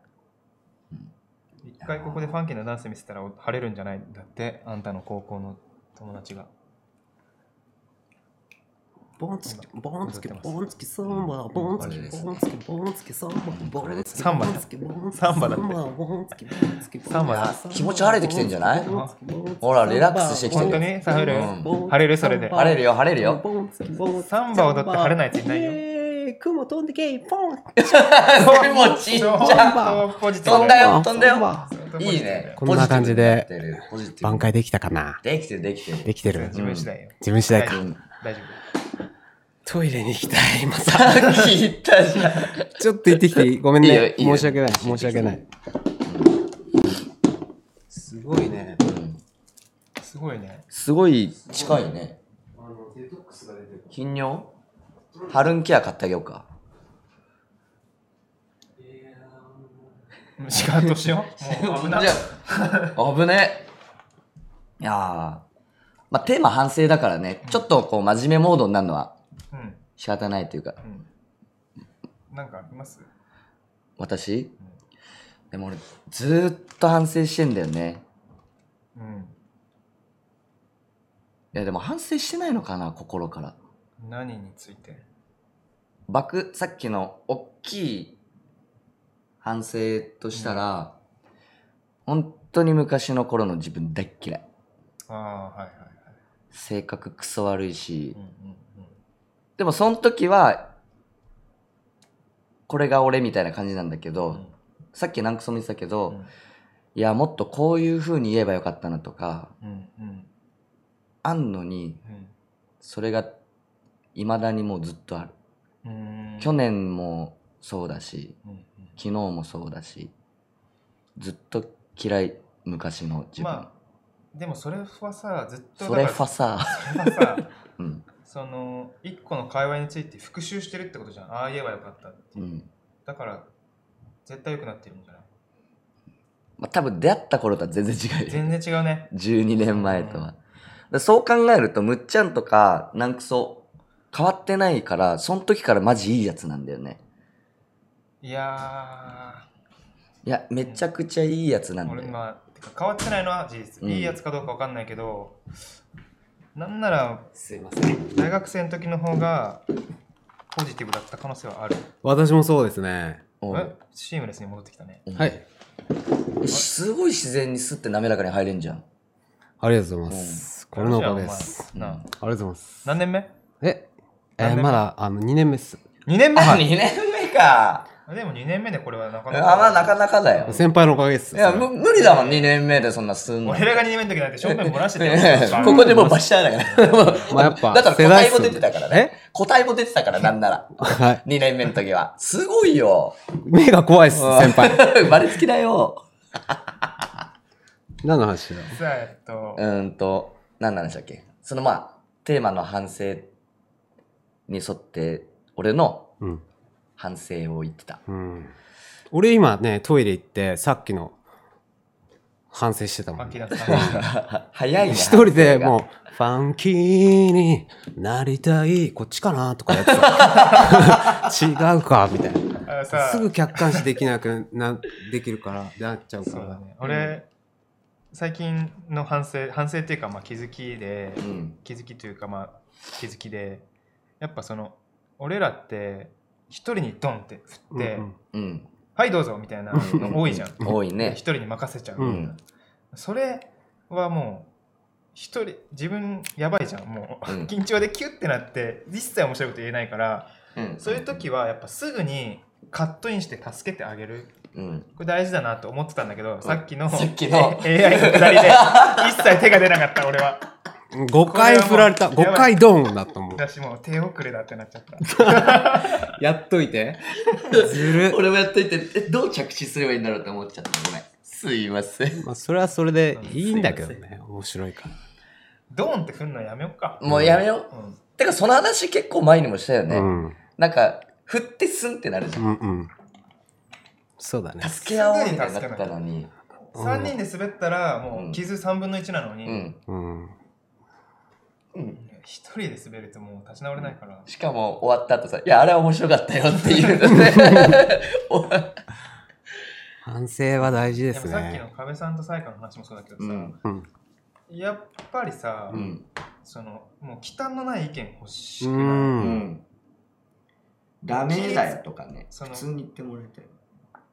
一回ここでファンキーなダンス見せたら晴れるんじゃないんだってあんたの高校の友達が
ボン
つき
ボ
ンつきボ
ンつきサ
ンバボンつきボ
ンつき、ボンつき、サンバ、
ボンつ
きサンバだボンつサンバだってサンバ
ボンつき、ボンつき、
サンバだ
気持ち晴れてきてんじゃない
ボンツ
ほらリラックスしてきて
本
る
当に晴れる、
うん
晴れるそれで
晴れるよ晴れるよ
サンバ踊って晴れないやついないよ
よ。雲飛んでけい、ポン
[LAUGHS] それもちっちゃ
相当ポジティブ
飛んだよ
そう
飛んだよ
そう
相当ポジティブだよ
いいね
こんな感じで
ポジティブになってるポジティブ
挽回できたかな
できてるできてる
できてる
自分次第よ、
自分次第
う
か。
うん
大丈
トイレに行きたい、今
さ
さ。
っき言ったじゃん
ちょっと行ってきていいごめん
[LAUGHS] いいよ
ね。
いいよ
申し訳ない。
[LAUGHS]
申し訳ない。すごいね。
うん
夫すごいね
すごい近いね。頻尿ハルンケア買ってあげようか。
時間としよ
[LAUGHS]
うもう危ない
危ねいやーまあテーマ反省だからね、ちょっとこう真面目モードになるのは
うん
仕方ないというか、
うんなんかあります
私でも俺ずーっと反省してんだよね。
うん
いやでも反省してないのかな、心から。
何について
爆さっきの大きい反省としたら、本当に昔の頃の自分大っ嫌い
ああはいはいはい
性格クソ悪いし、
うんうんうん
でもその時はこれが俺みたいな感じなんだけど、
うん
さっき何クソも言ってたけ
う
ど、
ん
いやもっとこういう風に言えばよかったなとか
うんうん
あんのにそれが未だにもうずっとある、
うんうん
去年もそうだし
うんうん
昨日もそうだしずっと嫌い昔の自分、
まあでもそれはさずっと
それ
だか
は
ら
さ、
それはさ
うん
その一個の会話について復習してるってことじゃんああ言えばよかったって
う
いう、
ん
だから絶対良くなってるんじゃない
まあ、多分出会った頃とは全然違うよ
全然違うね
12年前とは。だからそう考えると、むっちゃんとか、なんくそ、変わってないから、その時からマジいいやつなんだよね。
いや
いや、めちゃくちゃいいやつな
ー
んだ
俺
よ。
まあてか変わってないのは事実、
うん
いいやつかどうかわかんないけどなんなら
すいません。
大学生の時の方がポジティブだった可能性はある、
私もそうですね。
うん
えシームレスに戻ってきたね
はい。
すごい自然にスッて滑らかに入れんじゃん。
ありがとうございます。これのおかげです。
お前なあ
ありがとうございます。
何年目
え、え
何
ー
年目
まだ、あの、2年目っす。
?2 年目
あ、2年目か。
でも2年目でこれはなか
あ、
なか
まあ、なかなかだよ。
先輩のおかげっす。
いや、む無理だもん、2年目でそんなすんの。
俺らが2年目の時なんて正面漏らしてた
え [LAUGHS] え
よ
ここでもうバシャーだから。 [LAUGHS]
まあやっぱ
だから
世
答
代っ
え
す
も
ね
出てたからね。答えも出て
[LAUGHS]
たから、なんなら。
はい。
2年目の時は。すごいよ。 [LAUGHS]
目が怖いっす、先輩。
生まれつきだよ。
何の話だろう
さあえっと
うーんと、何なんでしたっけ。そのまあ、テーマの反省に沿って、俺の
うん。
反省を言ってた。 [LAUGHS]
うん。俺今ね、トイレ行って、さっきの反省してたも
秋
ん。
田さん
早いね
一人でもう、ファンキーになりたい、こっちかなとかやって [LAUGHS] た。違うか、みたいな。
あのさ
すぐ客観視できなくな、できるから、なっちゃうか
そうだ
ら。
ね俺、最近の反省反省っていうかまあ気づきで
うん。
気づきというかまあ気づきでやっぱその俺らって一人にドンって振っ
うんう
て、
ん
うん。
はいどうぞみたいな
[LAUGHS]
の多いじゃん
多い
一
ね。
人に任せちゃう、
う
う
んん。
それはもう一人自分やばいじゃんもう、
うん
緊張でキュッてなって一切面白いこと言えないから
うん
そういう時はやっぱすぐにカットインして助けてあげる
うん。
これ大事だなと思ってたんだけど、さっきの
さっきの
え AI のくだ
[LAUGHS]
りで一切手が出なかった俺は
5回振られた、
これはもう
5回ドーンだったもん。
私もう手遅れだってなっちゃった
やっといて。ずる。
[LAUGHS] 俺もやっといて、え、どう着地すればいいんだろうって思っちゃった。ごめん。すいません。
[LAUGHS] まあ、それはそれでいいんだけどね。面白いから。
ドーンって振んのやめよっか、
もうやめよ
う
う。
ん、
てか、その話結構前にもしたよね。
うん。うん
なんか、振ってすんってなるじゃん。
うん。そうだね。
助け合おうみたいになったのに。
3人で滑ったらも
う
うん傷3分の1なのに、
うん。
うん。
うん。
一人で滑るともう立ち直れないから、
しかも、終わった後さ、いや、あれは面白かったよっていう [LAUGHS] のね。お
反省は大事で
やっ
す
ぱさっき
ね
の。壁さんとサイカの話もそうだけどさ、
うん。
うん。
やっぱりさ、
うん。
そのもう忌憚のない意見欲し
う
くない、
うん。ダメだよとかね。
その
普通に言ってもらいたい。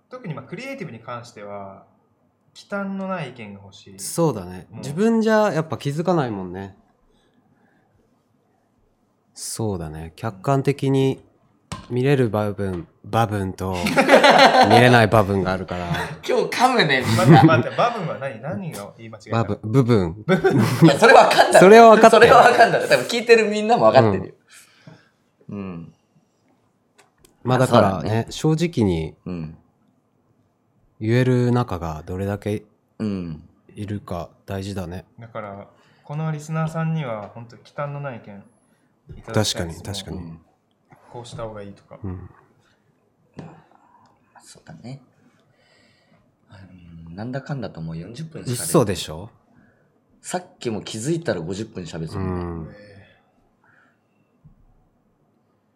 特にまあクリエイティブに関しては忌憚のない意見が欲しい
そうだね
うん
自分じゃやっぱ気づかないもんねそうだね客観的に見れる部分部分と見れない部分があるから
[LAUGHS] 今日噛むね。
待って待ってバブンは何何が言い間違えた
部分部分
いやそれわかんない。
それは分かって
そ
る
れはわかんない。多分聞いてるみんなもわかってるよ。うん。
まあだか
そ
ら
うだ
ね正直に
うん。
言える中がどれだけ
うん。
いるか大事だね
だからこのリスナーさんには本当に忌憚のない意見いただき
確
た
か
いで
に
す
確か
も
に
ん
うこうした方がいいとか
うん
そうだね。うんなんだかんだともう40分しか
嘘でしょ
さっきも気づいたら50分喋って
う
た、
ん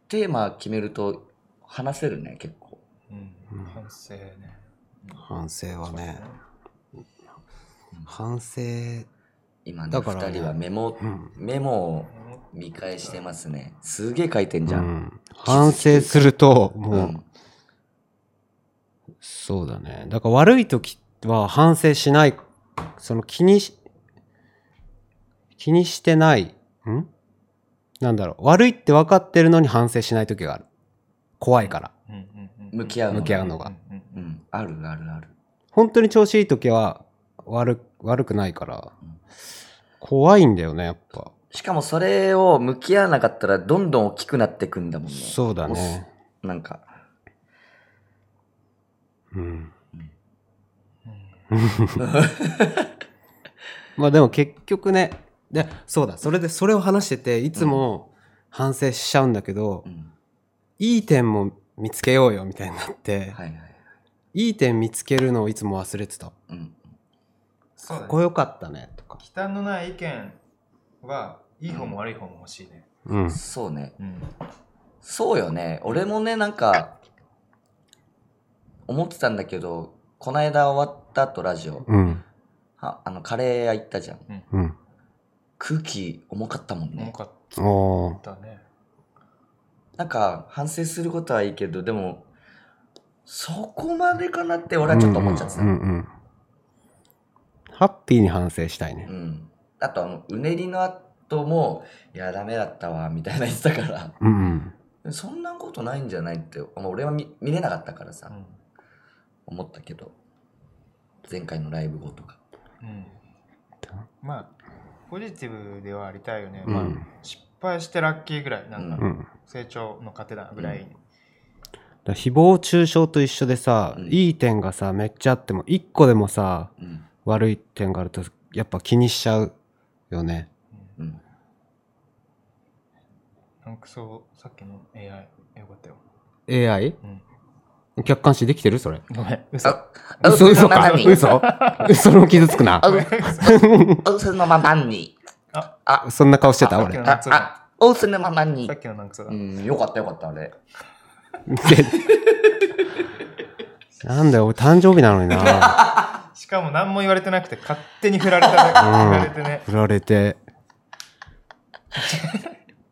テーマ決めると話せるね、結構。
うん、反省ね
反省はね
う
反省
今
だ
の
からね
2人はメモ、
うん
メモを見返してますね。すげえ書いてんじ
う
ゃん。
ん反省すると
う。
もうんそうだね。だから悪い時は反省しない。その気にし、気にしてない。んなんだろう。悪いって分かってるのに反省しない時がある。怖いから。
うんうんうん
向き合うの。
向き合うのが。
うんう
うんん。あるあるある。
本当に調子いい時は悪、悪くないから。怖いんだよね、やっぱ。
しかもそれを向き合わなかったらどんどん大きくなってくんだもんね。
そうだね。
なんか、
うん。
うん
まあでも結局ね。で、そうだ。それで、それを話してて、いつも反省しちゃうんだけど、
うん、
いい点も見つけようよ、みたいになって。
はいはい。
いい点見つけるのをいつも忘れてた。
うん、
そうだ
ここ
ね
よかったねとか。
忌憚のない意見はいい方も悪い方も欲しいね
うん。
そうね。
うん
そうよね。俺もね、なんか、思ってたんだけど、こないだ終わった後ラジオ、
うん。
ああのカレー屋行ったじゃん
うん。
空気重かったもん
重
ね
かっ
おー。
たね。
なんか反省することはいいけどでもそこまでかなって俺はちょっと思っちゃってた、
うんうんうんハッピーに反省したいね。
うんあとあのうねりの後もいやダメだったわみたいな言ってたか
うん
らそんなことないんじゃないってまあ俺は見見れなかったからさ、
うん
思ったけど前回のライブ後とか
うん、まあポジティブではありたいよね、
うん。
ま
う
あ、
ん。
失敗してラッキーぐらいなん
う
か
ん。だか
成長の糧だぐらい、
ら誹謗中傷と一緒でさ、
うん
いい点がさ、めっちゃあっても、一個でもさ、
うん
悪い点があると、やっぱ気にしちゃうよね。
うん
なんかそうさっきの AI よかったよ、
AI?
うん、
客観視できてるそれ。
ごめん嘘
ああ
嘘嘘か
の中に
嘘嘘の傷つくな
あ。うすのままに
あ
あ
そんな顔してた
あ
俺。
さっきの
ああうすのままに
さっきのなんかそうだ、
うんよかったよかったあれ
なんだよ、俺誕生日なのにな。
しかも何も言われてなくて勝手に振られただけ、振られて
うん
ね
振られて。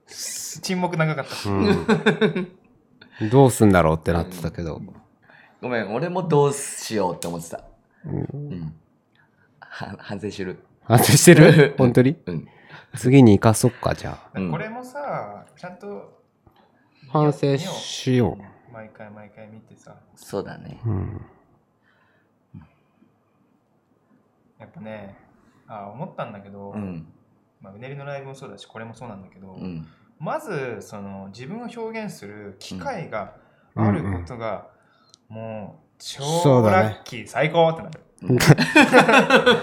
沈黙長かったし、
うん。どうすんだろうってなってたけど。
ごめん俺もどうしようって思ってた
うん
うんは反省してる
反省してる本当に
うん
次に生かそっか、じゃあ。
うん
これもさちゃんと
反省しよ
毎回毎回見てさ
そうだね
う。うん。
やっぱねあ思ったんだけど、
うん
まあ、うねりのライブもそうだしこれもそうなんだけど、
うん
まずその自分を表現する機会があることが、もう
そう
超
だ
ラ
ね
ッキー、最高ってなる
うん
だから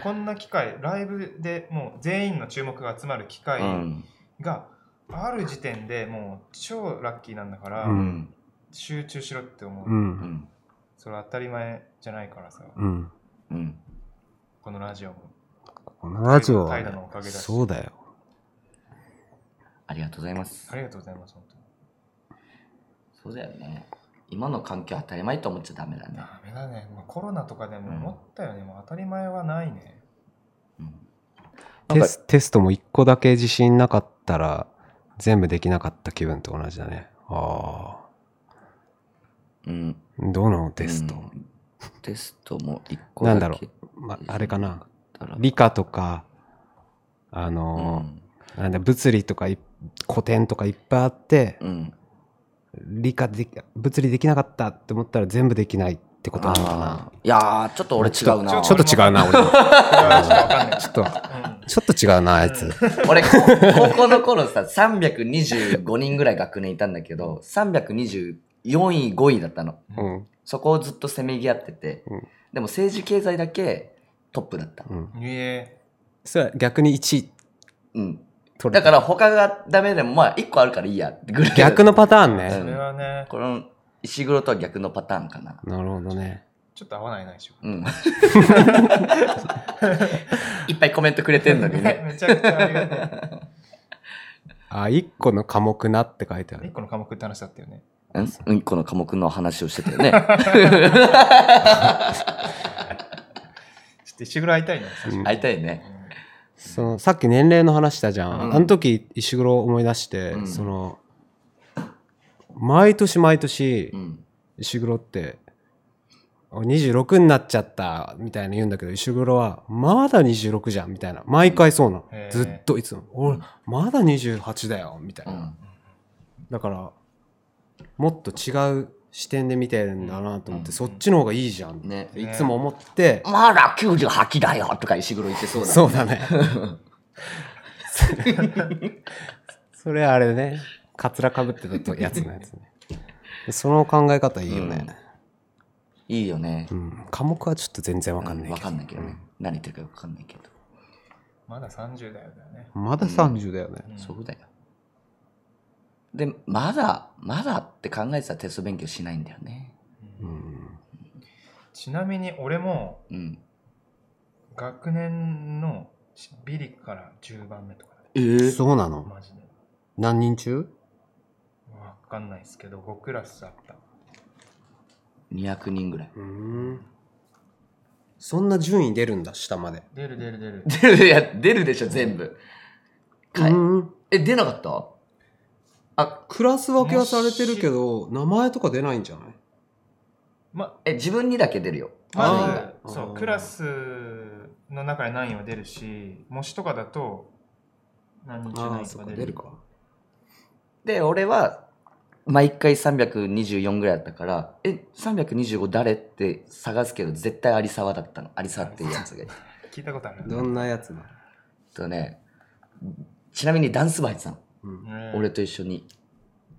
こんな機会ライブでもう全員の注目が集まる機会
うん
がある時点でもう超ラッキーなんだから、
う
うんん
集中しろって思う、
うん。
それは当たり前じゃないからさ、
うん。
うん
このラジオも
このラジオは
態度のおかげだし
そうだよ。
ありがとうございます
ありがとうございます本当に
そうだよね今の環境当たり前と思っちゃダメだね
ダメだね、まあ、コロナとかでも
うん
思ったよね、もう当たり前はないね
[LAUGHS] うん
テステストも一個だけ自信なかったら、全部できなかった気分と同じだね。ああ。
うん
どのテスト、
うんテストも一個
なんだ
だ
ろ
け
う、まあれかな
だろ
理科とかあ
う
の
ん
ーなんだ物理とかい古典とかいっぱいあって
うん
理科でき物理できなかったって思ったら全部できないってことなのかな
あーいやーちょっと俺違うな
ちょっと違うな俺
これはちょっとわかんないうん
ちょっとちょっと違うなあいつ
俺高高校の頃さ325人ぐらい学年いたんだけど324位5位だったの
うん
そこをずっとせめぎ合ってて、
うん
でも政治経済だけトップだった
うん
いえ
それは逆に1
うん
取れ
だ
た
から他がダメでもまあ1個あるからいいやってぐらい
逆のパターン
そ
ね、
れはね、
この石黒とは逆のパターンかな
なるほどね
ちょっと合わないな、一緒。
[LAUGHS]
うんいっぱいコメントくれてんのにね
[LAUGHS] めちゃくちゃありがたい。
あ1個の科目なって書いてあ
一
る
個の科目って話だったよね。
うんうんこの科目の話をしてたよね
ちょっと石黒会いたいな、久しぶり
うん
会いたいね
そのさっき年齢の話したじゃん、
うん
あの時石黒を思い出して、
うん
その毎年毎年
うん
石黒って「26になっちゃった」みたいな言うんだけど石黒は「まだ26じゃん」みたいな毎回そうなの、
へー
ずっといつも「俺まだ28だよ」みたいうな、
ん
だからもっと違う視点で見てるんだなと思って、
うん
そっちの方がいいじゃん、
ね
いつも思って、
まだ98だよとか石黒言ってそうだ
そうだね。 [LAUGHS] それあれね、カツラかぶってたとやつのやつね。その考え方いいよね。
いいよね
うん。科目はちょっと全然わかんない
わ
けど。
かんないけどね何言ってるかわかんないけど
まだ30代だよね。
まだ30だよね。
うん
そうだよでまだまだって考えてたらテスト勉強しないんだよね
う
うんん。
ちなみに俺も
うん
学年のビリから10番目とかだね
え
そうなの
マジで。
何人中
わかんないですけど、5クラスあった。
200人ぐらい
うん。そんな順位出るんだ、下まで。
出る出る出る。
出 [LAUGHS] る、いや、出るでしょ、全部。かい
うん。
え、出なかったあ、
クラス分けはされてるけど、名前とか出ないんじゃない
ま、
え、自分にだけ出るよ。
ま
あー
ず、そ
あー
う、クラスの中で何位は出るし、模試とかだと、何日
あ
何
あ、
位
そ
と
っ
か
か、
出
出る
る。
か。
で、俺は、毎回324ぐらいだったから、え、325誰って探すけど、絶対有沢だったの。有沢っていうやつが。えっ
聞いたことある。
どんなやつだ、
とね、ちなみにダンス部入ってたの。
うん、
ねえ
俺と一緒に。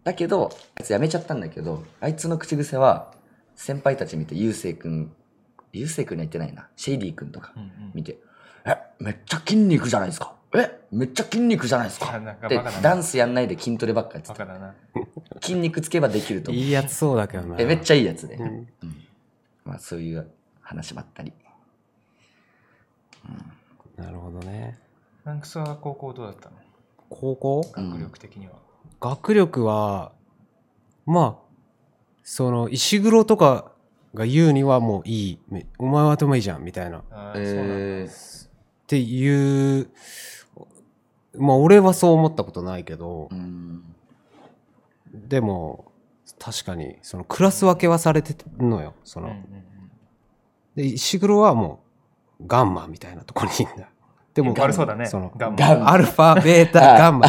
だけど、あいつ辞めちゃったんだけど、あいつの口癖は、先輩たち見て、ゆうせいくん、ゆうせいくんには言ってないな、シェイディくんとか
うんうん
見て、え、めっちゃ筋肉じゃないですか。え、めっちゃ筋肉じゃないです
あ
か。
なんか
で
バカだ、
ダ
な。
ンスやんないで筋トレばっかやって
バ
た。
カだな。
筋肉つけばできると思う。
いいやつそうだけどな。
え、めっちゃいいやつで。
うん
まあ、そういう話ばったり。
なるほどね。
ランクスは高校どうだったの
高校
うん
学力的には。
学力は、まあ、その、石黒とかが言うにはもういい。めお前は頭いいじゃん、みたいな。っ
ああ、そうなんだ。
えー
ていう、まあ、俺はそう思ったことないけど
う、ん。
でも、確かに、その、クラス分けはされてるのよ。そ
うん
の、
うんうん
で、石黒はもう、ガンマみたいなとこにいるんだ。でも、
悪そうだね。
その、
ガンマ
ガン
アルファ、ベータ、
あ
ガ
[LAUGHS]
ンマ。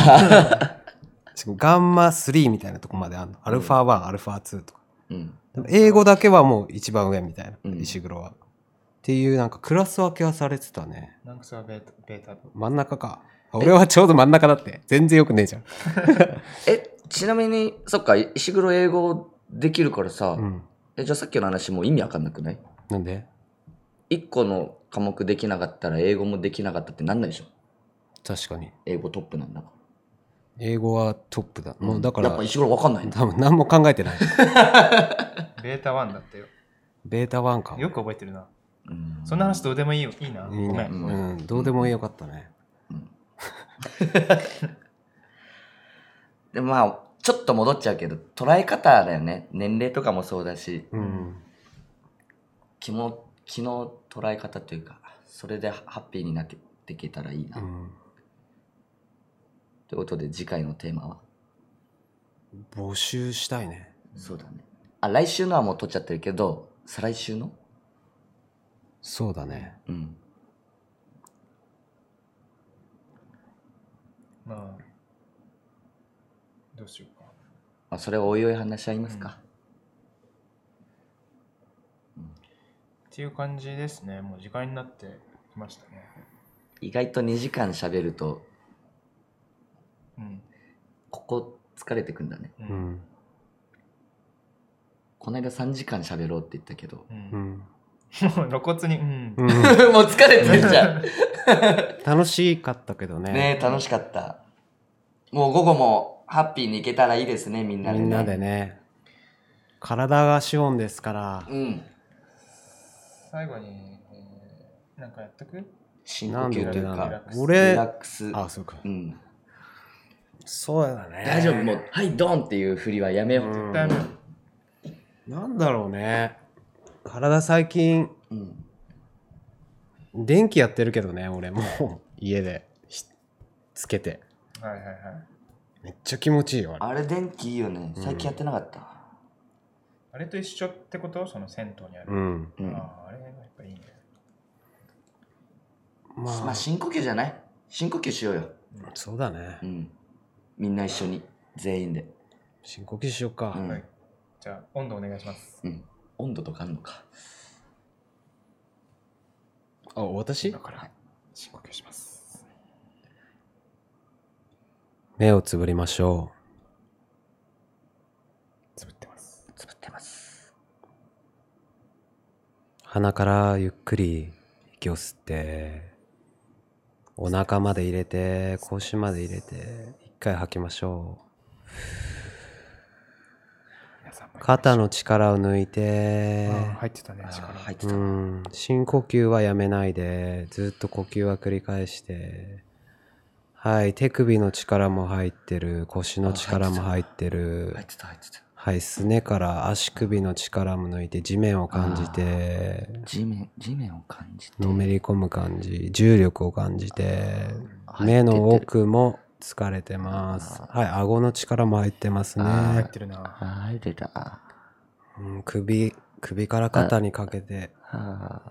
しかもガンマ3みたいなとこまであるの。アルファ1、アルファ2とか。
うん。
でも英語だけはもう一番上みたいな、
うん
石黒は。っていう、なんかクラス分けはされてたね。
ランクスはベータベータと。
真ん中か。あ俺はちょうど真ん中だって。全然よくねえじゃん。
え、ちなみに、そっか、石黒英語できるからさ、
うん。
え、じゃあさっきの話もう意味わかんなくない
なんで
一個の科目できなかったら英語もできなかったってなんないでしょ
確かに。
英語トップなんだか
英語はトップだ。
ら。
もうだか
やっ
ら
ぱ、石黒わかんないんだ。
多分何も考えてない。
ベータ1だったよ。
ベータ1か。
よく覚えてるな。
うん
そんな話どうでもいいよ。いいな。
いい
ごめ
ね。
ん。
うん。どうでもよかったね。
で、まあ、ちょっと戻っちゃうけど、捉え方だよね。年齢とかもそうだし、
うん。
気も、気の捉え方というか、それでハッピーになっていけたらいいな。
うん
ということで、次回のテーマは
募集したいね。
そうだね。あ、来週のはもう取っちゃってるけど、再来週の
そうだね。
うん。
まあ、どうしようか。
まあ、それをおいおい話し合いますか。
っていう感じですね。もう時間になってきましたね。
意外と2時間喋ると、
うん。
ここ疲れてくんだね。
う。
うんん。
この間3時間喋ろうって言ったけ [LAUGHS] ど。
う
うん
も
ん。
う [LAUGHS] 露骨に、うん。
[LAUGHS]
う
も
ん
う疲れてんじゃん。
楽しかったけどね。
[LAUGHS] ねえ、楽しかった。もう午後もハッピーに行けたらいいですね、みんなで、
み
ね。
んなでね。体が資本ですから。
うん。
[LAUGHS] 最後に、えーなんかやっとく
深呼
なんで
吸
っ
と
て
いう
なんだ
か、リ
俺
ラッ、クス。
あ、そうか
う。ん。
そうだね。
大丈夫、もう、はい、ドンっていう振りはやめよう。
うん
ダメ。
なんだろうね。体最近、
うん。
電気やってるけどね、俺も
[LAUGHS]
う。家でひつけて。
はいはいはい。
めっちゃ気持ちいいよ、あれ。
あれ、電気いいよね。最近やってなかった。
あれと一緒ってことその銭湯にある。
うん。
うん。
あーあれがやっぱいいね。
ま
ま
あ、
あ、
深呼吸じゃない深呼吸しようよ。
そうだね
う。ん。みんな一緒に、全員で。
深呼吸しよう
う
か。
ん
はい。じゃあ、温度お願いします。
うん。温度とかあんのか。
あ、私
だから、深呼吸します。
目をつぶりましょう。
つぶってます。
つぶってます。
鼻からゆっくり息を吸ってお腹まで入れて腰まで入れて一回吐きましょ
皆さんも
う肩の力を抜いて
あー入ってたね
あ、ー
力。
入って
う
た。
ん深呼吸はやめないでずっと呼吸は繰り返してはい手首の力も入ってる腰の力も入ってる
入ってた、入ってた。
はい、すねから足首の力も抜いて地面を感じて、
地面、地面を感じて。
のめり込む感じ、重力を感じて、
入って
目
ってる
の奥も疲れてます。はい、顎の力も入ってます
入
ね
っ。てるな。
あー入れた。あ
うん、首、首から肩にかけて、
ーは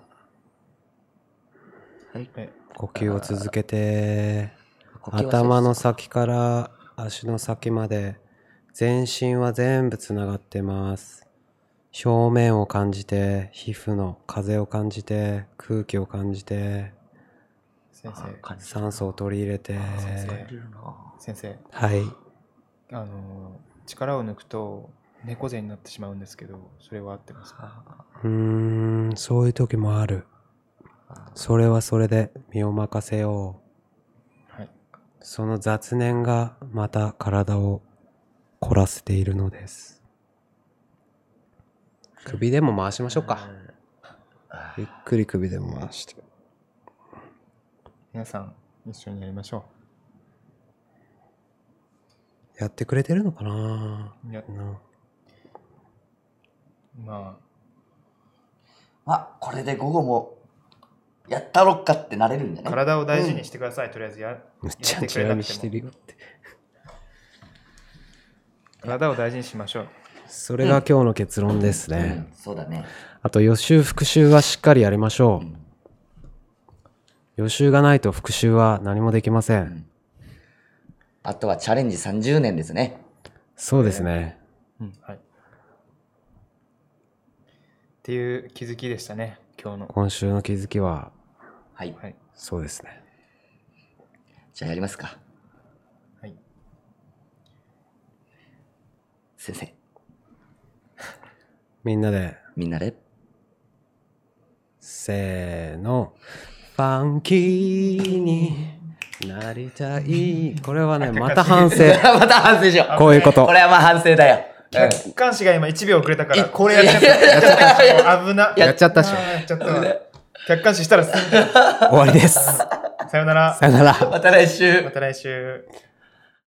い。
え、
呼吸を続けて、
呼吸はせず
頭の先から足の先まで、全身は全部つながってます。表面を感じて、皮膚の風を感じて、空気を感じて、
先
あー
生、
感じ
酸素を取り入れて、
えー入れるな
先生、
はい。
あのー、力を抜くと猫背になってしまうんですけど、それは合ってますか
あ
うーん、そういう時もある。
ー
それはそれで身を任せよう。
はい。
その雑念がまた体を凝らせているのです。首でも回しましょうか。
あー
ゆっくり首でも回して。
皆さん、一緒にやりましょ
やってくれてるのかな
う。いや、
な
ま
まあ、これで午後も、やったろっかってなれるんだ
あ、
ね。
体を大事にしてください、とりあえずや。
むっちゃんちなみしてるよって。
体を大事にしましょう。
それが今日の結論です
う
ね。
んそうだね。
あと予習復習はしっかりやりましょう。予習がないと復習は何もできません。
あとはチャレンジ30年ですね。
そうですね。
はい。っていう気づきでしたね、今日の。
今週の気づきは、
はい。
はい。
そうですね。
じゃあやりますか。
はい。
先生、
みんなで、
みんなで。
せーの。ファンキーになりたい。これは [LAUGHS] ね、また反省。
[LAUGHS] また反省しよう。
こういう [LAUGHS] こと
こ。れはまあ反省だよ。うん
客観視が今1秒遅れたから、
えこれ
やっちゃった。
やっちゃった
やっちゃ [LAUGHS] った危な。
やっちゃったし
あーやっちゃったわ。客観視したらすんだよ
終わりです。
さよなら。
さよなら。
また来週
ま。た来週。